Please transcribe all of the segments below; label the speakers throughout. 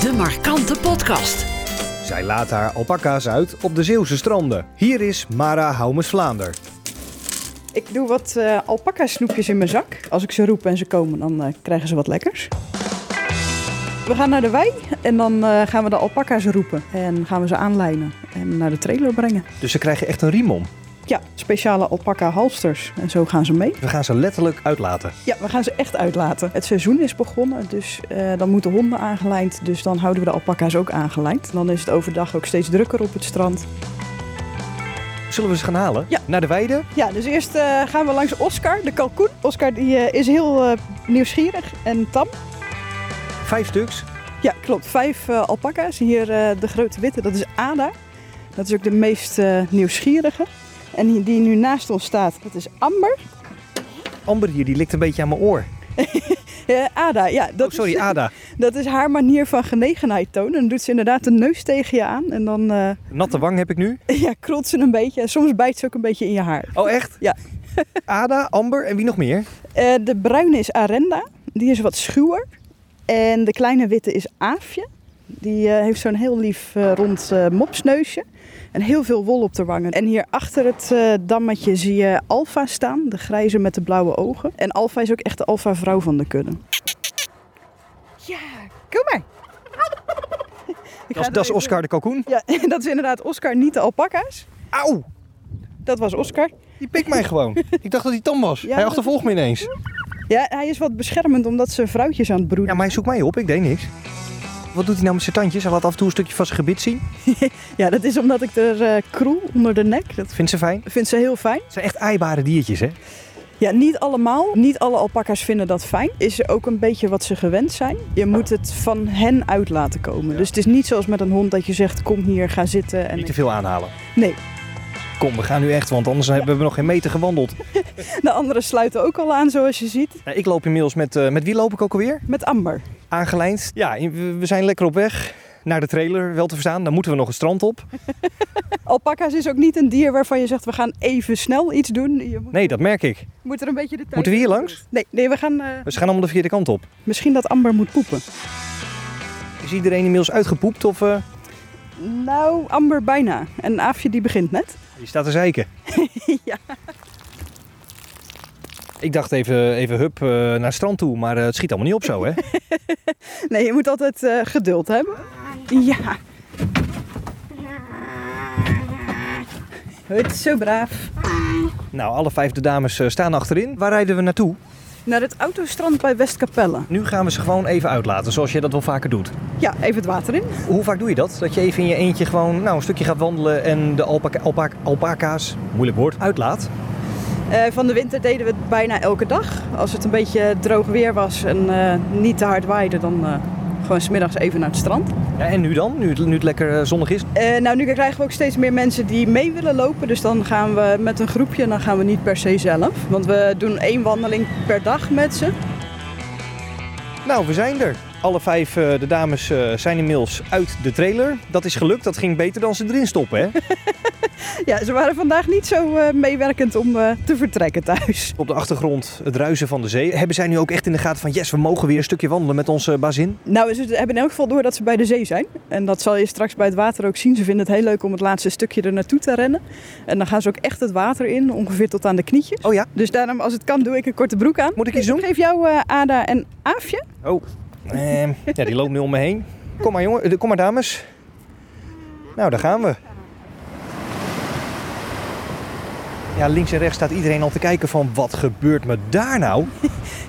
Speaker 1: De Markante Podcast.
Speaker 2: Zij laat haar alpaca's uit op de Zeeuwse stranden. Hier is Mara Houmes-Vlaander.
Speaker 3: Ik doe wat eh alpaca snoepjes in mijn zak. Als ik ze roep en ze komen, dan eh, krijgen ze wat lekkers. We gaan naar de wei en dan eh, gaan we de alpaca's roepen. En gaan we ze aanlijnen en naar de trailer brengen.
Speaker 2: Dus ze krijgen echt een riem om.
Speaker 3: Ja, speciale alpaca halsters. En zo gaan ze mee.
Speaker 2: We gaan ze letterlijk uitlaten.
Speaker 3: Ja, we gaan ze echt uitlaten. Het seizoen is begonnen, dus eh, dan moeten honden aangelijnd. Dus dan houden we de alpaca's ook aangelijnd. Dan is het overdag ook steeds drukker op het strand.
Speaker 2: Zullen we ze gaan halen?
Speaker 3: Ja.
Speaker 2: Naar de weide?
Speaker 3: Ja, dus eerst eh, gaan we langs Oscar, de kalkoen. Oscar die, eh, is heel eh, nieuwsgierig en tam.
Speaker 2: Vijf stuks.
Speaker 3: Ja, klopt. Vijf eh alpaca's. Hier eh, de grote witte, dat is Ada. Dat is ook de meest eh, nieuwsgierige. En die, die nu naast ons staat, dat is Amber.
Speaker 2: Amber hier, die likt een beetje aan mijn oor.
Speaker 3: Eh, Ada, ja, dat,
Speaker 2: oh, sorry,
Speaker 3: is,
Speaker 2: Ada.
Speaker 3: dat is haar manier van genegenheid tonen. Dan doet ze inderdaad een neus tegen je aan en dan eh
Speaker 2: Natte wang heb ik nu.
Speaker 3: ja, krult ze een beetje. En soms bijt ze ook een beetje in je haar.
Speaker 2: Oh, echt?
Speaker 3: Ja.
Speaker 2: Ada, Amber en wie nog meer?
Speaker 3: Eh, de bruine is Arenda, die is wat schuwer. En de kleine witte is Aafje. Die eh, heeft zo'n heel lief eh, rond eh, mopsneusje. En heel veel wol op de wangen. En hier achter het eh, dammetje zie je Alfa staan, de grijze met de blauwe ogen. En Alfa is ook echt de Alfa-vrouw van de kudde. Ja, kom maar. Ik ga
Speaker 2: Dat, is-
Speaker 3: er
Speaker 2: dat is
Speaker 3: even-
Speaker 2: Oscar de kalkoen.
Speaker 3: Ja, dat is inderdaad Oscar, niet de alpaca's.
Speaker 2: Auw,
Speaker 3: Dat was Oscar.
Speaker 2: die pikt mij gewoon. ik dacht dat hij tam was.
Speaker 3: Ja,
Speaker 2: hij
Speaker 3: dat-
Speaker 2: achtervolgt me ineens.
Speaker 3: Ja, hij is wat beschermend omdat ze vrouwtjes aan het broeden.
Speaker 2: Ja, maar hij zoekt mij op. Ik deed niks. Wat doet hij nou met zijn tandjes? Hij laat af en toe een stukje van zijn gebit zien.
Speaker 3: Ja, dat is omdat ik er eh kroel onder de nek. Dat
Speaker 2: Vindt ze fijn?
Speaker 3: vindt ze heel fijn.
Speaker 2: Het zijn echt aaibare diertjes, hè?
Speaker 3: Ja, niet allemaal. Niet alle alpaca's vinden dat fijn. Is ook een beetje wat ze gewend zijn. Je moet het van hen uit laten komen. Dus het is niet zoals met een hond dat je zegt: kom hier, ga zitten. En
Speaker 2: Niet te veel aanhalen.
Speaker 3: Nee,
Speaker 2: Kom, we gaan nu echt, want anders hebben we nog geen meter gewandeld.
Speaker 3: de anderen sluiten ook al aan, zoals je ziet.
Speaker 2: Nou, ik loop inmiddels met, eh, met wie loop ik ook alweer?
Speaker 3: Met Amber.
Speaker 2: Aangelijnd. Ja, in- we- we zijn lekker op weg naar de trailer, wel te verstaan. Dan moeten we nog het strand op.
Speaker 3: Alpaca's is ook niet een dier waarvan je zegt: we gaan even snel iets doen. Je moet,
Speaker 2: Nee, dat merk ik.
Speaker 3: moet er een beetje de tijd.
Speaker 2: Moeten we hier langs?
Speaker 3: Nee, nee we gaan. eh,
Speaker 2: We gaan allemaal de verkeerde kant op.
Speaker 3: misschien dat Amber moet poepen.
Speaker 2: Is iedereen inmiddels uitgepoept of eh,
Speaker 3: Nou, Amber bijna. En Aafje die begint net.
Speaker 2: je staat te zeiken?
Speaker 3: Ja.
Speaker 2: Ik dacht even, even hup eh, naar het strand toe, maar eh, het schiet allemaal niet op zo, hè?
Speaker 3: Nee, je moet altijd eh, geduld hebben. Ja. Het is zo braaf.
Speaker 2: nou, alle vijf de dames eh, staan achterin. Waar rijden we naartoe?
Speaker 3: Naar het autostrand bij Westkapelle.
Speaker 2: Nu gaan we ze gewoon even uitlaten, zoals jij dat wel vaker doet.
Speaker 3: Ja, even het water in.
Speaker 2: Hoe vaak doe je dat? Dat je even in je eentje gewoon nou, een stukje gaat wandelen en de alpaca, alpaca, alpaca's, moeilijk woord, uitlaat?
Speaker 3: Eh, van de winter deden we het bijna elke dag. Als het een beetje droog weer was en eh, niet te hard waaide, dan eh gewoon smiddags even naar het strand.
Speaker 2: Ja, en nu dan? Nu het, nu het lekker eh, zonnig is?
Speaker 3: Eh, nou, nu krijgen we ook steeds meer mensen die mee willen lopen. Dus dan gaan we met een groepje en dan gaan we niet per se zelf. Want we doen één wandeling per dag met ze.
Speaker 2: Nou, we zijn er. Alle vijf eh, de dames eh, zijn inmiddels uit de trailer. Dat is gelukt, dat ging beter dan ze erin stoppen, hè?
Speaker 3: Ja, ze waren vandaag niet zo eh, meewerkend om eh, te vertrekken thuis.
Speaker 2: Op de achtergrond het ruisen van de zee. Hebben zij nu ook echt in de gaten van, yes, we mogen weer een stukje wandelen met onze bazin?
Speaker 3: Nou, ze hebben in elk geval door dat ze bij de zee zijn. En dat zal je straks bij het water ook zien. Ze vinden het heel leuk om het laatste stukje er naartoe te rennen. En dan gaan ze ook echt het water in, ongeveer tot aan de knietjes.
Speaker 2: Oh ja?
Speaker 3: Dus daarom, als het kan, doe ik een korte broek aan.
Speaker 2: Moet ik iets doen?
Speaker 3: Geef jou eh, Ada en Aafje.
Speaker 2: Oh, ehm, ja, die loopt nu om me heen. Kom maar, jongen, eh, kom maar, dames. Nou, daar gaan we. Ja, links en rechts staat iedereen al te kijken van, wat gebeurt me daar nou?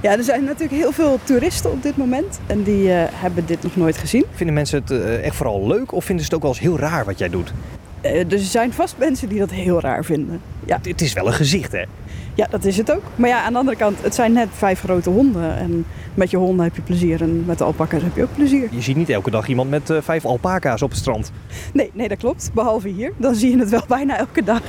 Speaker 3: Ja, er zijn natuurlijk heel veel toeristen op dit moment. En die eh, hebben dit nog nooit gezien.
Speaker 2: Vinden mensen het eh, echt vooral leuk of vinden ze het ook wel eens heel raar wat jij doet?
Speaker 3: Eh, dus er zijn vast mensen die dat heel raar vinden. Ja.
Speaker 2: Het is wel een gezicht, hè?
Speaker 3: Ja, dat is het ook. Maar ja, aan de andere kant, het zijn net vijf grote honden. En met je honden heb je plezier en met de alpaca's heb je ook plezier.
Speaker 2: Je ziet niet elke dag iemand met eh, vijf alpaca's op het strand.
Speaker 3: Nee, nee, dat klopt. Behalve hier. Dan zie je het wel bijna elke dag.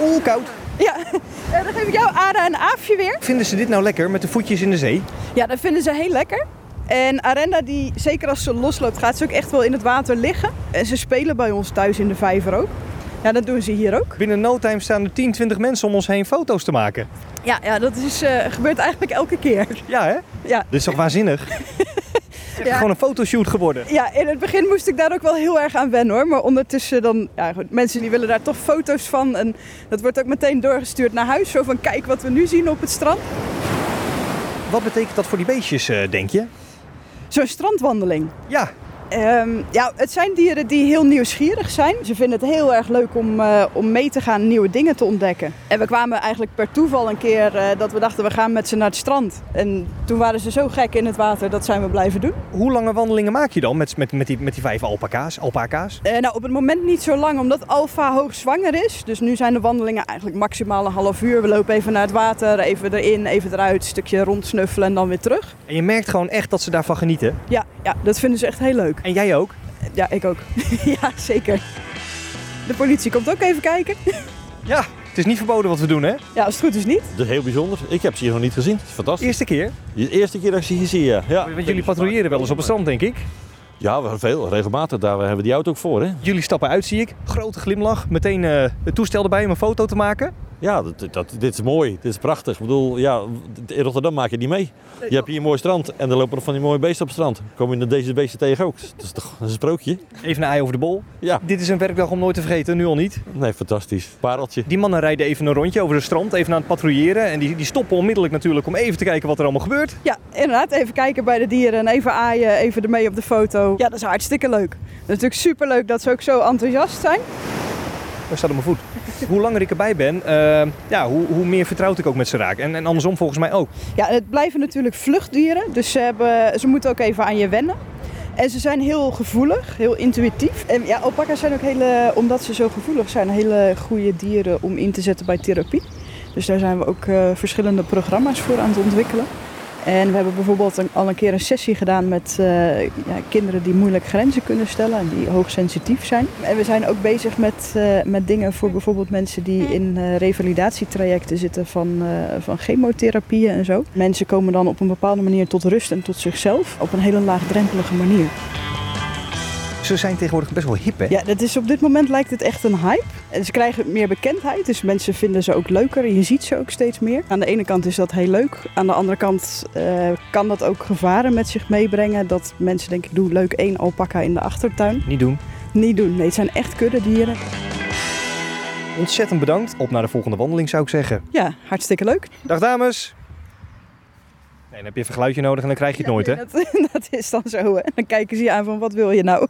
Speaker 2: Oeh, koud.
Speaker 3: Ja, en dan geef ik jou Ada en Aafje weer.
Speaker 2: Vinden ze dit nou lekker met de voetjes in de zee?
Speaker 3: Ja, dat vinden ze heel lekker. En Arenda, die, zeker als ze losloopt, gaat ze ook echt wel in het water liggen. En ze spelen bij ons thuis in de vijver ook. Ja, dat doen ze hier ook.
Speaker 2: Binnen no time staan er 10, 20 mensen om ons heen foto's te maken.
Speaker 3: Ja, ja dat is, eh, gebeurt eigenlijk elke keer.
Speaker 2: Ja, hè?
Speaker 3: Ja,
Speaker 2: Dit is toch waanzinnig? echt gewoon een fotoshoot geworden.
Speaker 3: Ja, in het begin moest ik daar ook wel heel erg aan wennen hoor. Maar ondertussen dan, ja goed, mensen die willen daar toch foto's van. En dat wordt ook meteen doorgestuurd naar huis. Zo van kijk wat we nu zien op het strand.
Speaker 2: Wat betekent dat voor die beestjes, eh, denk je?
Speaker 3: Zo'n strandwandeling.
Speaker 2: Ja,
Speaker 3: Ehm, ja, het zijn dieren die heel nieuwsgierig zijn. Ze vinden het heel erg leuk om, eh, om mee te gaan, nieuwe dingen te ontdekken. En we kwamen eigenlijk per toeval een keer eh, dat we dachten we gaan met ze naar het strand. En toen waren ze zo gek in het water, dat zijn we blijven doen.
Speaker 2: hoe lange wandelingen maak je dan met, met, met, die, met die vijf alpaca's? alpaca's?
Speaker 3: Eh, nou, op het moment niet zo lang, omdat Alfa hoogzwanger is. Dus nu zijn de wandelingen eigenlijk maximaal een half uur. We lopen even naar het water, even erin, even eruit, een stukje rondsnuffelen en dan weer terug.
Speaker 2: En je merkt gewoon echt dat ze daarvan genieten.
Speaker 3: Ja, ja dat vinden ze echt heel leuk.
Speaker 2: En jij ook.
Speaker 3: Ja, ik ook. ja, zeker. De politie komt ook even kijken.
Speaker 2: Ja, het is niet verboden wat we doen, hè?
Speaker 3: Ja, als het goed is niet.
Speaker 4: Dat is heel bijzonder. Ik heb ze hier nog niet gezien. Het is fantastisch.
Speaker 2: Eerste keer.
Speaker 4: De eerste keer dat ik ze hier zie, ja. ja.
Speaker 2: Want jullie patrouilleren wel eens op het strand, denk ik.
Speaker 4: Ja, we- veel. Regelmatig. Daar hebben we die auto ook voor, hè.
Speaker 2: Jullie stappen uit, zie ik. Grote glimlach. Meteen eh, het toestel erbij om een foto te maken.
Speaker 4: Ja, dat, dat, dit is mooi. Dit is prachtig. Ik bedoel, ja, in Rotterdam maak je die mee. Je hebt hier een mooi strand en er lopen nog van die mooie beesten op het strand. Kom je deze beesten tegen ook. Dat is toch een sprookje?
Speaker 2: Even een ei over de bol.
Speaker 4: Ja.
Speaker 2: Dit is een werkdag om nooit te vergeten, nu al niet.
Speaker 4: Nee, fantastisch. Pareltje.
Speaker 2: Die mannen rijden even een rondje over het strand, even aan het patrouilleren. En die, die stoppen onmiddellijk natuurlijk om even te kijken wat er allemaal gebeurt.
Speaker 3: Ja, inderdaad. Even kijken bij de dieren en even aaien, even ermee op de foto. Ja, dat is hartstikke leuk. Dat is natuurlijk superleuk dat ze ook zo enthousiast zijn.
Speaker 2: Daar staat op mijn voet. hoe langer ik erbij ben, eh, ja, hoe, hoe meer vertrouwd ik ook met ze raak. En, en andersom volgens mij ook.
Speaker 3: Ja, en het blijven natuurlijk vluchtdieren, dus ze, hebben, ze moeten ook even aan je wennen. En ze zijn heel gevoelig, heel intuïtief. En ja, alpaca's zijn ook hele, omdat ze zo gevoelig zijn, hele goede dieren om in te zetten bij therapie. Dus daar zijn we ook eh, verschillende programma's voor aan het ontwikkelen. En we hebben bijvoorbeeld een- al een keer een sessie gedaan met eh, ja, kinderen die moeilijk grenzen kunnen stellen en die hoogsensitief zijn. En we zijn ook bezig met, eh, met dingen voor bijvoorbeeld mensen die in eh, revalidatietrajecten zitten van, eh, van chemotherapieën en zo. Mensen komen dan op een bepaalde manier tot rust en tot zichzelf op een hele laagdrempelige manier.
Speaker 2: Ze zijn tegenwoordig best wel hip, hè?
Speaker 3: Ja, dat is, op dit moment lijkt het echt een hype. En ze krijgen meer bekendheid, dus mensen vinden ze ook leuker. en Je ziet ze ook steeds meer. Aan de ene kant is dat heel leuk. Aan de andere kant eh, kan dat ook gevaren met zich meebrengen. Dat mensen denken, doe leuk één alpaca in de achtertuin.
Speaker 2: Niet doen.
Speaker 3: Niet doen. Nee, het zijn echt kuddedieren.
Speaker 2: Ontzettend bedankt. Op naar de volgende wandeling zou ik zeggen.
Speaker 3: Ja, hartstikke leuk.
Speaker 2: Dag dames. Nee, dan heb je even geluidje nodig en dan krijg je het nooit, hè?
Speaker 3: Dat, dat is dan zo. Hè. Dan kijken ze je aan van, wat wil je nou?